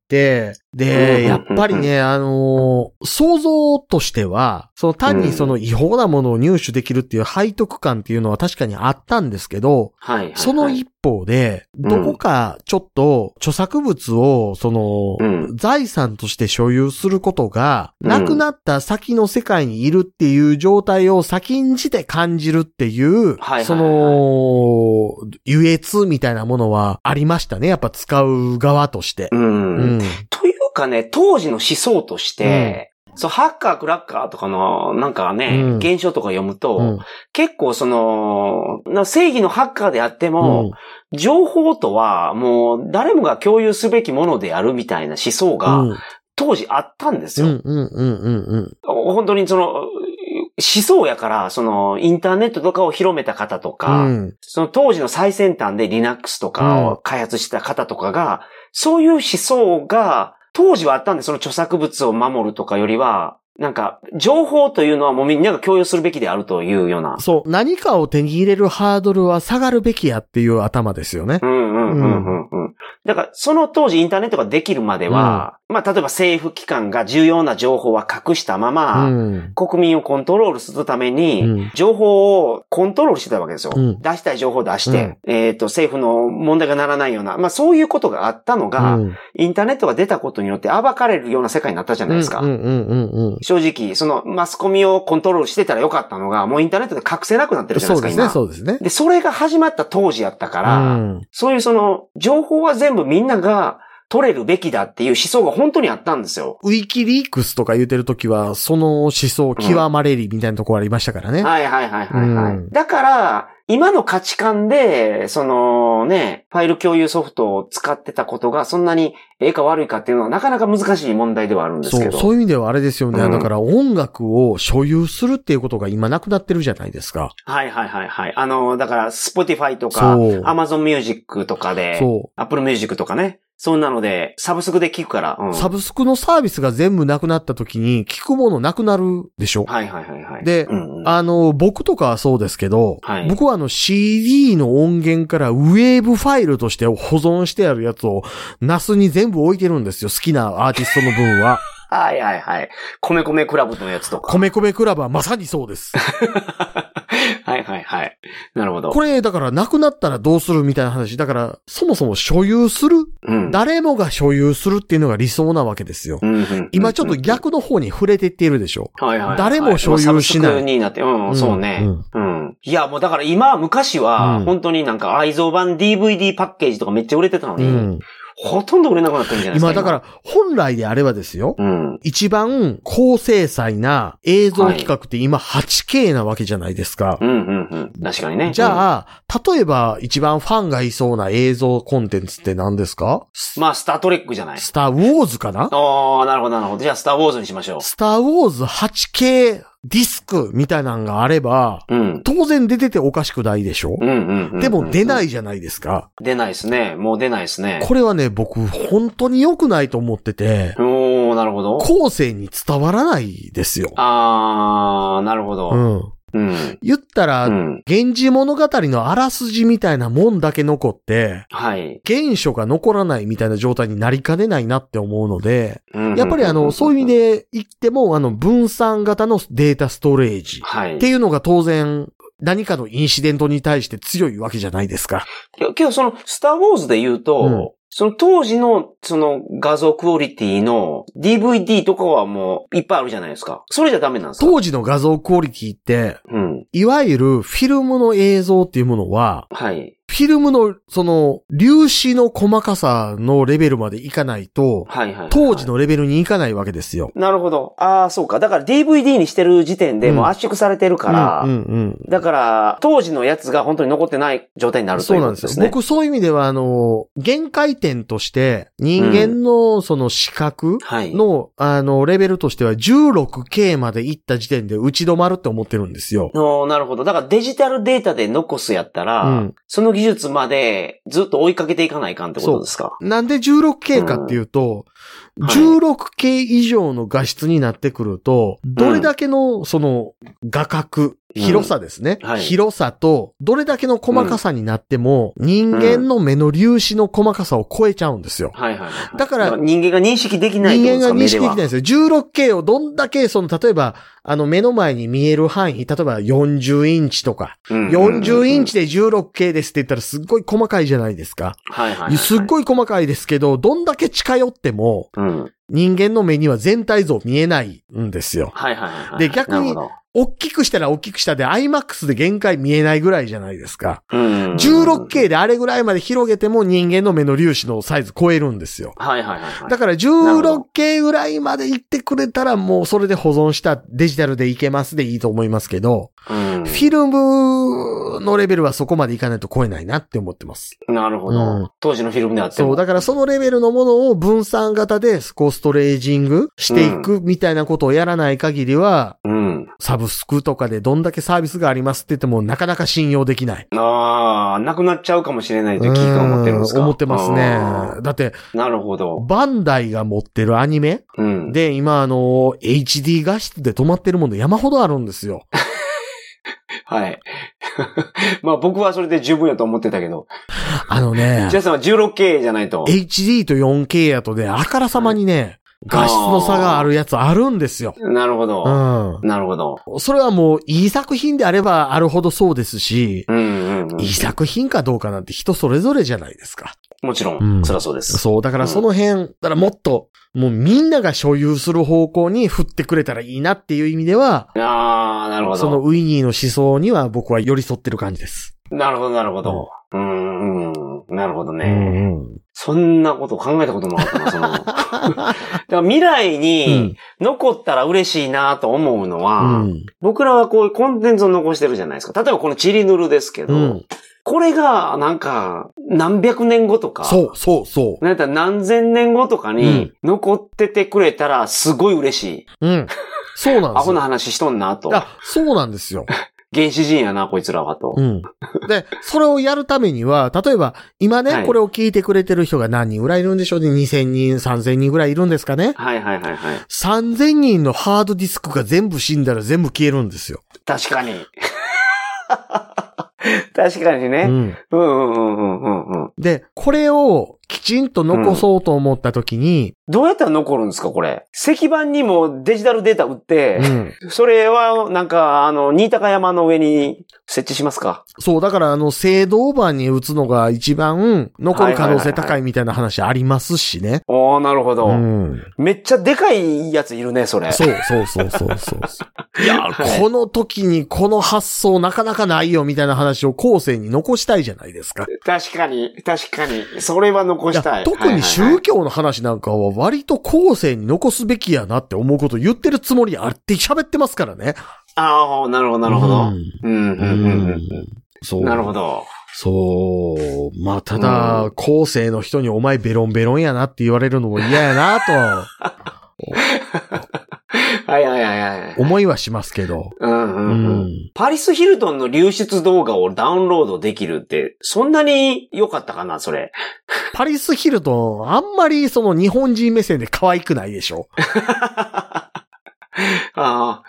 [SPEAKER 1] で、やっぱりね、あのー想像としては、その単にその違法なものを入手できるっていう背徳感っていうのは確かにあったんですけど、
[SPEAKER 2] はいはい、はい。
[SPEAKER 1] その一方で、どこかちょっと著作物を、その、
[SPEAKER 2] うん
[SPEAKER 1] 財産として所有することが、
[SPEAKER 2] うん
[SPEAKER 1] なくなった先の世界にいるっていう状態を先んじて感じるっていう
[SPEAKER 2] はいはいはい、
[SPEAKER 1] その、優越みたいなものはありましたね。やっぱ使う側として
[SPEAKER 2] う。。
[SPEAKER 1] うんん。
[SPEAKER 2] というかね、当時の思想として、そう、ハッカー、クラッカーとかの、なんかね、
[SPEAKER 1] うん
[SPEAKER 2] 現象とか読むと、
[SPEAKER 1] うん
[SPEAKER 2] 結構その、な正義のハッカーであって
[SPEAKER 1] う
[SPEAKER 2] も
[SPEAKER 1] ん、
[SPEAKER 2] 情報とはもう誰もが共有すべきものであるみたいな思想
[SPEAKER 1] う
[SPEAKER 2] が
[SPEAKER 1] ん
[SPEAKER 2] 当時あったんです
[SPEAKER 1] う
[SPEAKER 2] よ。
[SPEAKER 1] んうんうんうんうん。
[SPEAKER 2] 本当にその、思想やから、その、インターネットとかを広めた方とか、
[SPEAKER 1] うん
[SPEAKER 2] その当時の最先端で Linux とかを開発してた方とかが、そういう思想が当時はあったんで、その著作物を守るとかよりは、なんか、情報というのはもうみんなが共有するべきであるというような。
[SPEAKER 1] そう、何かを手に入れるハードルは下がるべきやっていう頭ですよね
[SPEAKER 2] う。んうんうんうんうん。だから、その当時インターネットができるまでは、まあ、例えば政府機関が重要な情報は隠したま
[SPEAKER 1] う
[SPEAKER 2] ま、
[SPEAKER 1] ん。
[SPEAKER 2] 国民をコントロールするため
[SPEAKER 1] う
[SPEAKER 2] に、
[SPEAKER 1] ん。
[SPEAKER 2] 情報をコントロールしてたわけですよ。
[SPEAKER 1] うん
[SPEAKER 2] 出したい情報を出して、えっ、と、政府の問題がならないような、まあそういうことがあったのが、
[SPEAKER 1] うん
[SPEAKER 2] インターネットが出たことによって暴かれるような世界になったじゃないですか。
[SPEAKER 1] うんうんうんうん
[SPEAKER 2] 正直、そのマスコミをコントロールしてたらよかったのが、もうインターネットで隠せなくなって
[SPEAKER 1] うん。
[SPEAKER 2] るじゃな
[SPEAKER 1] そ
[SPEAKER 2] いう
[SPEAKER 1] ですす
[SPEAKER 2] でか、
[SPEAKER 1] ね、
[SPEAKER 2] 今。
[SPEAKER 1] そうですね。
[SPEAKER 2] で、それが始まった当時やったから、
[SPEAKER 1] うん
[SPEAKER 2] そういうその、情報は全部みんなが取れるべきだっていう思想が本当にあったんですよ。
[SPEAKER 1] ウィキリークスとか言うてるときは、その思想極まれりみたいなとこありましたからね。
[SPEAKER 2] はいはいはいはい、はい
[SPEAKER 1] うん
[SPEAKER 2] だから、今の価値観で、そのね、ファイル共有ソフトを使ってたことがそんなにええか悪いかっていうのはなかなか難しい問題ではあるんです
[SPEAKER 1] そ
[SPEAKER 2] け
[SPEAKER 1] う、
[SPEAKER 2] ど。
[SPEAKER 1] そういう意味ではあれですよね。
[SPEAKER 2] うん
[SPEAKER 1] だから音楽を所有するっていうことが今なくなってるじゃないですか。
[SPEAKER 2] はいはいはいはい。あの、だから、Spotify とか、
[SPEAKER 1] そう
[SPEAKER 2] Amazon Music とかで、
[SPEAKER 1] そ
[SPEAKER 2] Apple Music とかね。そんなので、サブスクで聞くから。うん
[SPEAKER 1] う。サブスクのサービスが全部なくなった時に聞くものなくなるでしょ。
[SPEAKER 2] はいはいはいはい。
[SPEAKER 1] で
[SPEAKER 2] うんうん、
[SPEAKER 1] あの、僕とかはそうですけど、
[SPEAKER 2] はい
[SPEAKER 1] 僕はあの CD の音源からウェーブファイルとして保存してあるやつを NAS に全部置いてるんですよ。好きなアーティストの分 は。
[SPEAKER 2] はいはいはい。米米クラブのやつとか。
[SPEAKER 1] 米米クラブはまさにそうです。
[SPEAKER 2] はいはいはい。なるほど。
[SPEAKER 1] これ、だからなくなったらどうするみたいな話。だから、そもそも所有する
[SPEAKER 2] うん
[SPEAKER 1] 誰もが所有するっていうのが理想なわけですよ
[SPEAKER 2] う。んうん
[SPEAKER 1] 今ちょっと、逆の方に触れてっているでしょ。
[SPEAKER 2] はいはいはい
[SPEAKER 1] 誰も所有しない
[SPEAKER 2] もうサブスクになって、うん、
[SPEAKER 1] うん
[SPEAKER 2] そうね、うん。いや、もうだから今、昔
[SPEAKER 1] う
[SPEAKER 2] は、
[SPEAKER 1] ん
[SPEAKER 2] 本当になんか愛蔵版 DVD パッケージとかめっちゃ売れてたの
[SPEAKER 1] う
[SPEAKER 2] に、
[SPEAKER 1] ん。
[SPEAKER 2] ほとんど売れなくなってるんじゃないですか。
[SPEAKER 1] 今だから、本来であればですよ。
[SPEAKER 2] ら。うん。
[SPEAKER 1] 一番高精細な映像企画って今 8K なわけじゃないですか
[SPEAKER 2] う。んうんうん。確かにね。
[SPEAKER 1] じ
[SPEAKER 2] あ、
[SPEAKER 1] ゃあ、例えば一番ファンがいそうな映像コンテンツって何ですか
[SPEAKER 2] まあ、スタートレックじゃない。
[SPEAKER 1] スターウォーズかな
[SPEAKER 2] ああ、なるほどなるほど。じゃあ、スターウォーズにしましょ
[SPEAKER 1] スターウォーズ 8K ディスクみたいなのがあれば、
[SPEAKER 2] う。うん。
[SPEAKER 1] 当然出てておかしくないでしょ
[SPEAKER 2] うんうん、うん。。
[SPEAKER 1] でも出ないいじゃないですか。
[SPEAKER 2] 出ないですね。もう出ないですね。
[SPEAKER 1] これはね、僕本当に良くないと思ってて、
[SPEAKER 2] おー、なるほど。
[SPEAKER 1] 後世に伝わらないですよ。
[SPEAKER 2] あー、なるほど。
[SPEAKER 1] うん。
[SPEAKER 2] うん。
[SPEAKER 1] 言ったら、
[SPEAKER 2] うん。
[SPEAKER 1] 源氏物語のあらすじみたいなもんだけ残って、
[SPEAKER 2] はい。
[SPEAKER 1] 原書が残らないみたいな状態になりかねないなって思うので、
[SPEAKER 2] うん
[SPEAKER 1] やっぱりあの、そういう意味。で言っても、あの、分散型のデータストレージ
[SPEAKER 2] はい
[SPEAKER 1] って。いうのが当然、何かのインシデントに対して強いわけじゃないですか。
[SPEAKER 2] いやけど、その、スター・ウォーズで言うと、
[SPEAKER 1] うん
[SPEAKER 2] その当時の、その画像クオリティの DVD とかはもういっぱいあるじゃないですか。それじゃダメなんですか
[SPEAKER 1] 当時の画像クオリティって、
[SPEAKER 2] うん。
[SPEAKER 1] いわゆるフィルムの映像っていうものは、
[SPEAKER 2] はい。
[SPEAKER 1] フィルムの、その、粒子の細かさのレベルまでいかないと、
[SPEAKER 2] はいはい。
[SPEAKER 1] 当時。のレベルにいかないわけですよ。
[SPEAKER 2] なるほど。ああ、そうか。だから DVD にしてる時点で
[SPEAKER 1] うん
[SPEAKER 2] もう圧縮されてるから、
[SPEAKER 1] うんうん
[SPEAKER 2] だから、当時のやつが本当に残ってない状態にな
[SPEAKER 1] うん。
[SPEAKER 2] ると
[SPEAKER 1] そ
[SPEAKER 2] いうう
[SPEAKER 1] な
[SPEAKER 2] こ
[SPEAKER 1] ん
[SPEAKER 2] と
[SPEAKER 1] です
[SPEAKER 2] で
[SPEAKER 1] よ。
[SPEAKER 2] すね。
[SPEAKER 1] 僕そういう意味では、あの、限界点として、人間のその視覚
[SPEAKER 2] はい。
[SPEAKER 1] の、あの、レベルとしては 16K まで行った時点で打ち止まるって思ってるんですよ。
[SPEAKER 2] おーなるほど。だからデジタルデータで残すやったら、
[SPEAKER 1] うん
[SPEAKER 2] その技術までずっと追いかけていかないかんってことですか
[SPEAKER 1] なんで 16K かっていうと、
[SPEAKER 2] うんはい
[SPEAKER 1] 16K 以上の画質になってくると、どれだけのその画角、
[SPEAKER 2] うん
[SPEAKER 1] 広さですね、
[SPEAKER 2] はい
[SPEAKER 1] 広さと、どれだけの細かさになっても、人間の目の粒子の細かさを超えちゃうんですよ。
[SPEAKER 2] はいはいはい。
[SPEAKER 1] だから
[SPEAKER 2] 人間が認識できないってこ
[SPEAKER 1] 人
[SPEAKER 2] とです
[SPEAKER 1] 間
[SPEAKER 2] か
[SPEAKER 1] が認識できない
[SPEAKER 2] 目では
[SPEAKER 1] ですよ。16K をどんだけ、その、例えば、あの、目の前に見える範囲、例えば40インチとか、
[SPEAKER 2] うん
[SPEAKER 1] 40インチで 16K ですって言ったらすっごい細かいじゃないですか。
[SPEAKER 2] はいはいはい。
[SPEAKER 1] すっ
[SPEAKER 2] い。
[SPEAKER 1] ごい細かいですけど、どんだけ近寄っても、
[SPEAKER 2] うん。はい
[SPEAKER 1] 人間の目には全体像見えないんですよ。
[SPEAKER 2] はいはいはい。
[SPEAKER 1] で逆に
[SPEAKER 2] なるほど
[SPEAKER 1] 大きくしたら大きくしたで、IMAX で限界見えないぐらいじゃないですか。
[SPEAKER 2] うん。
[SPEAKER 1] 16K であれぐらいまで広げても人間の目の粒子のサイズ超えるんですよ。
[SPEAKER 2] はいはいはいはい。
[SPEAKER 1] だから
[SPEAKER 2] ほど
[SPEAKER 1] 16K ぐらいまで行ってくれたらもうそれで保存したデジタルでいけますでいいと思いますけど、
[SPEAKER 2] うん
[SPEAKER 1] フィルムのレベルはそこまでいかないと超えないなって思ってます。
[SPEAKER 2] なるほ
[SPEAKER 1] うん
[SPEAKER 2] ど。当時のフィルムであって
[SPEAKER 1] そう、
[SPEAKER 2] も。
[SPEAKER 1] だからそのレベルのものを分散型でこうストレージングしていくみたいなことをやらない限りは、
[SPEAKER 2] うんうん。
[SPEAKER 1] サブスクとかでどんだけサービスがありますって言ってもなかなか信用できない。
[SPEAKER 2] ああ、なくなっちゃうかもしれないという危機感を持ってるんです
[SPEAKER 1] う
[SPEAKER 2] か
[SPEAKER 1] ん思ってます
[SPEAKER 2] あ
[SPEAKER 1] ね。だって、
[SPEAKER 2] ーなるほど。
[SPEAKER 1] バンダイが持ってるアニメ
[SPEAKER 2] うん。
[SPEAKER 1] で、今あの、HD 画質で止まってるもの山ほどあるんですよ。
[SPEAKER 2] はい。 まあ僕はそれで十分やと思ってたけど。
[SPEAKER 1] あのね
[SPEAKER 2] ジ、ャスさんは 16K じゃないと。
[SPEAKER 1] HD と 4K やとで、あからさまにね、画質の差があるやつあるんですよ。
[SPEAKER 2] なるほど。
[SPEAKER 1] うん。
[SPEAKER 2] なるほど。
[SPEAKER 1] それはもう、いい作品であればあるほどそうですし、
[SPEAKER 2] うんうん、うん。
[SPEAKER 1] いい作品かどうかなんて人それぞれじゃないですか。
[SPEAKER 2] もちろん、
[SPEAKER 1] うん
[SPEAKER 2] そりゃそうです。
[SPEAKER 1] そう、だからその辺、だからもっと、もうみんなが所有する方向に振ってくれたらいいなっていう意味では、
[SPEAKER 2] ああ、なるほ
[SPEAKER 1] その
[SPEAKER 2] ど。
[SPEAKER 1] ウィニーの思想には僕は寄り添ってる感じです。
[SPEAKER 2] なるほど、なるほど。うん、うん、なるほどね。
[SPEAKER 1] うんうん
[SPEAKER 2] そんなこと考えたことなかっ たな、その。だから未来
[SPEAKER 1] うん
[SPEAKER 2] に残ったら嬉しいなと思うの
[SPEAKER 1] う
[SPEAKER 2] は、
[SPEAKER 1] ん。
[SPEAKER 2] 僕らはこういうコンテンツを残してるじゃないですか。例えばこのチリヌルですけど、
[SPEAKER 1] うん。
[SPEAKER 2] これがなんか何百年後とか、
[SPEAKER 1] そう、そう、そ
[SPEAKER 2] なんやったら何千年後とかに残っててくれたらすごい嬉しい。
[SPEAKER 1] う。うん。そうなん
[SPEAKER 2] ア
[SPEAKER 1] です
[SPEAKER 2] ホな
[SPEAKER 1] よ。
[SPEAKER 2] 話しとんなと。
[SPEAKER 1] あ、そうなんですよ。
[SPEAKER 2] 原始人やな、こいつらはと。
[SPEAKER 1] うん。で、それをやるためには、例えば、今ね、
[SPEAKER 2] はい
[SPEAKER 1] これを聞いてくれてる人が何人ぐらいいるんでしょうね。2000人、3000人ぐらいいるんですかね。
[SPEAKER 2] はいはいはいはい。
[SPEAKER 1] 3000人のハードディスクが全部死んだら全部消えるんですよ。
[SPEAKER 2] 確かに。 確かに
[SPEAKER 1] う
[SPEAKER 2] ね。
[SPEAKER 1] ん。
[SPEAKER 2] うんうんうんうんうんうん。
[SPEAKER 1] で、これをきちんと残そうと思った時に、
[SPEAKER 2] どうやったら残るんですか、これ。石板にもデジタルデータ売って、
[SPEAKER 1] うん。
[SPEAKER 2] それは、なんか、あの、新高山の上に設置しますか
[SPEAKER 1] そう、だからあの、制度版に打つのが一番残る可能性高いみたいな話ありますしね。
[SPEAKER 2] おー、なるほど、
[SPEAKER 1] うん。
[SPEAKER 2] めっちゃでかいやついるね、それ。
[SPEAKER 1] そうそうそうそうそう そう。いや、この時にこの発想なかなかないよみたいな話を後世に残したいじゃないですか。
[SPEAKER 2] 確かに、確かに。それは残
[SPEAKER 1] いや
[SPEAKER 2] したい。
[SPEAKER 1] 特に
[SPEAKER 2] はいはい
[SPEAKER 1] 宗教の話なんかは割と後世に残すべきやなって思うこと言ってるつもりあって喋ってますからね。
[SPEAKER 2] ああ、なるほど、なるほど。うん、うん、うん、
[SPEAKER 1] そう
[SPEAKER 2] うん。なるほど。
[SPEAKER 1] そう。まあ、た
[SPEAKER 2] う
[SPEAKER 1] だ、後世の人にお前ベロンベロンやなって言われるのも嫌やな
[SPEAKER 2] はいはいはいはい
[SPEAKER 1] と。思いはしますけど。
[SPEAKER 2] うんう
[SPEAKER 1] うん
[SPEAKER 2] うん。
[SPEAKER 1] ん。
[SPEAKER 2] パリス・ヒルトンの流出動画をダウンロードできるって、そんなに良かったかな、それ。
[SPEAKER 1] パリス・ヒルトン、あんまりその日本人目線で可愛くないでしょ。
[SPEAKER 2] ああ。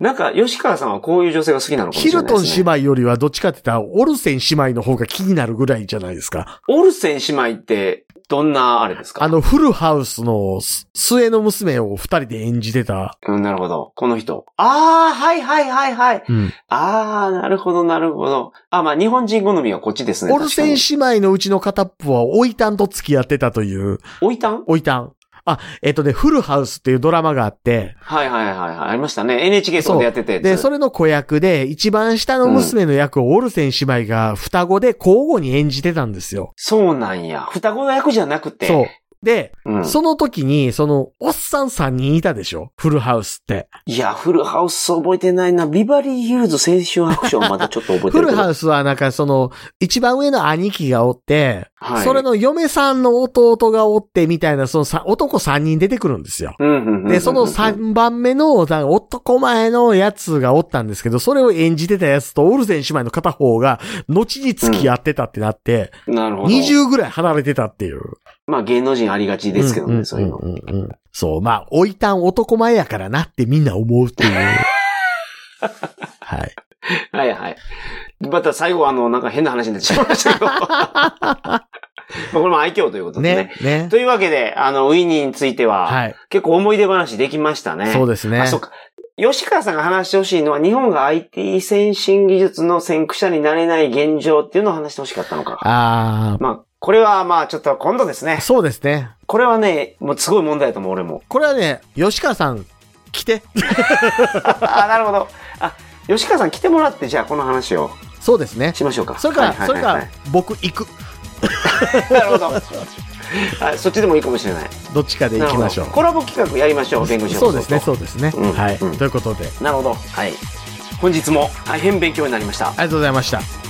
[SPEAKER 2] なんか、吉川さんはこういう女性が好きなのかもし
[SPEAKER 1] ヒ
[SPEAKER 2] れな
[SPEAKER 1] ル
[SPEAKER 2] いで
[SPEAKER 1] ト
[SPEAKER 2] す
[SPEAKER 1] ン
[SPEAKER 2] ね。
[SPEAKER 1] 姉妹よりはどっちかって言ったら、オルセン姉妹の方が気になるぐらいじゃないですか。
[SPEAKER 2] オルセン姉妹って、どんなあれですか
[SPEAKER 1] あの、フルハウスのす末の娘を二人で演じてた。
[SPEAKER 2] うん、なるほど。この人。ああ、はいはいはいはい。
[SPEAKER 1] うん。
[SPEAKER 2] ああ、なるほどなるほど。あまあ日本人好みはこっちですね。
[SPEAKER 1] オルセン
[SPEAKER 2] 確
[SPEAKER 1] 姉妹のうちの片っぽは、オイタンと付き合ってたという、
[SPEAKER 2] かに。おいたん
[SPEAKER 1] オイタン。あ、えっとね、フルハウスっていうドラマがあって、
[SPEAKER 2] はいはいはいはい。ありましたね。NHK とかでやってて。
[SPEAKER 1] で、それの子役で、一番下の娘の役をオルセン姉妹が双子で交互に演じてたんですよ。
[SPEAKER 2] そうなんや。双子の役じゃなくて。
[SPEAKER 1] そう。で、
[SPEAKER 2] うん。
[SPEAKER 1] その時に、その、おっさん3人いたでしょフルハウスって。
[SPEAKER 2] いや、フルハウス覚えてないな。ビバリーヒルズ青春アクションまだちょっと覚えて
[SPEAKER 1] フ
[SPEAKER 2] るけ
[SPEAKER 1] ル
[SPEAKER 2] ど。
[SPEAKER 1] ハウスはなんかその、一番上の兄貴がおって、
[SPEAKER 2] はい。
[SPEAKER 1] それの嫁さんの弟がおってみたいな、そのさ男3人出てくるんですよ。
[SPEAKER 2] うん、うんうんうんうん。
[SPEAKER 1] で、その3番目の、なんか男前のやつがおったんですけど、それを演じてたやつとオルセン姉妹の片方が、後に付き合ってたってなって、
[SPEAKER 2] なるほど。
[SPEAKER 1] 20ぐらい離れてたっていう。
[SPEAKER 2] まあ芸能人ありがちですけど
[SPEAKER 1] うんうん
[SPEAKER 2] ね、そういうの。
[SPEAKER 1] んうんうんそう、まあ、おいたん男前やからなってみんな思うっ ていう。はい。
[SPEAKER 2] はいはい。また最後、あの、なんか変な話になっちゃいました けど。まあこれも愛嬌ということでね。
[SPEAKER 1] ね、ね。
[SPEAKER 2] というわけで、あの、ウィニーについては、
[SPEAKER 1] はい。
[SPEAKER 2] 結構思い出話できましたね。
[SPEAKER 1] そうですね
[SPEAKER 2] あ、。そうか。吉川さんが話してほしいのは、日本が IT 先進技術の先駆者になれない現状っていうのを話してほしかったのか。
[SPEAKER 1] あ
[SPEAKER 2] まあ、これはまあ、ちょっと今度ですね
[SPEAKER 1] あ、。そうですね。
[SPEAKER 2] これはね、もうすごい問題だと思う、俺も。
[SPEAKER 1] これはね、吉川さん、来て。
[SPEAKER 2] あ、なるほど。あ、吉川さん来てもらって、じゃあこの話を
[SPEAKER 1] そうですね。
[SPEAKER 2] しましょうか。
[SPEAKER 1] それから、
[SPEAKER 2] はい
[SPEAKER 1] そ
[SPEAKER 2] は
[SPEAKER 1] れ
[SPEAKER 2] いはい
[SPEAKER 1] か
[SPEAKER 2] はい
[SPEAKER 1] ら、僕行く。
[SPEAKER 2] なるほど。あそっちでもいいかもしれない。
[SPEAKER 1] どっちかで行きましょ
[SPEAKER 2] なるほどコラボ企画やりましょう、弁護
[SPEAKER 1] う。
[SPEAKER 2] 士。
[SPEAKER 1] そうですね、そううですね。
[SPEAKER 2] うん
[SPEAKER 1] はい。
[SPEAKER 2] うん
[SPEAKER 1] ということで、
[SPEAKER 2] なるほど。はい。本日も大変勉強になりました。
[SPEAKER 1] ありがとうございました。